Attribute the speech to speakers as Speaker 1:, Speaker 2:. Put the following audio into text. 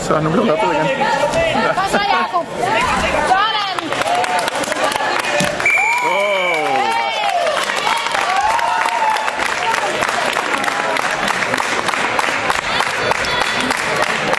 Speaker 1: So I'm a real helper again.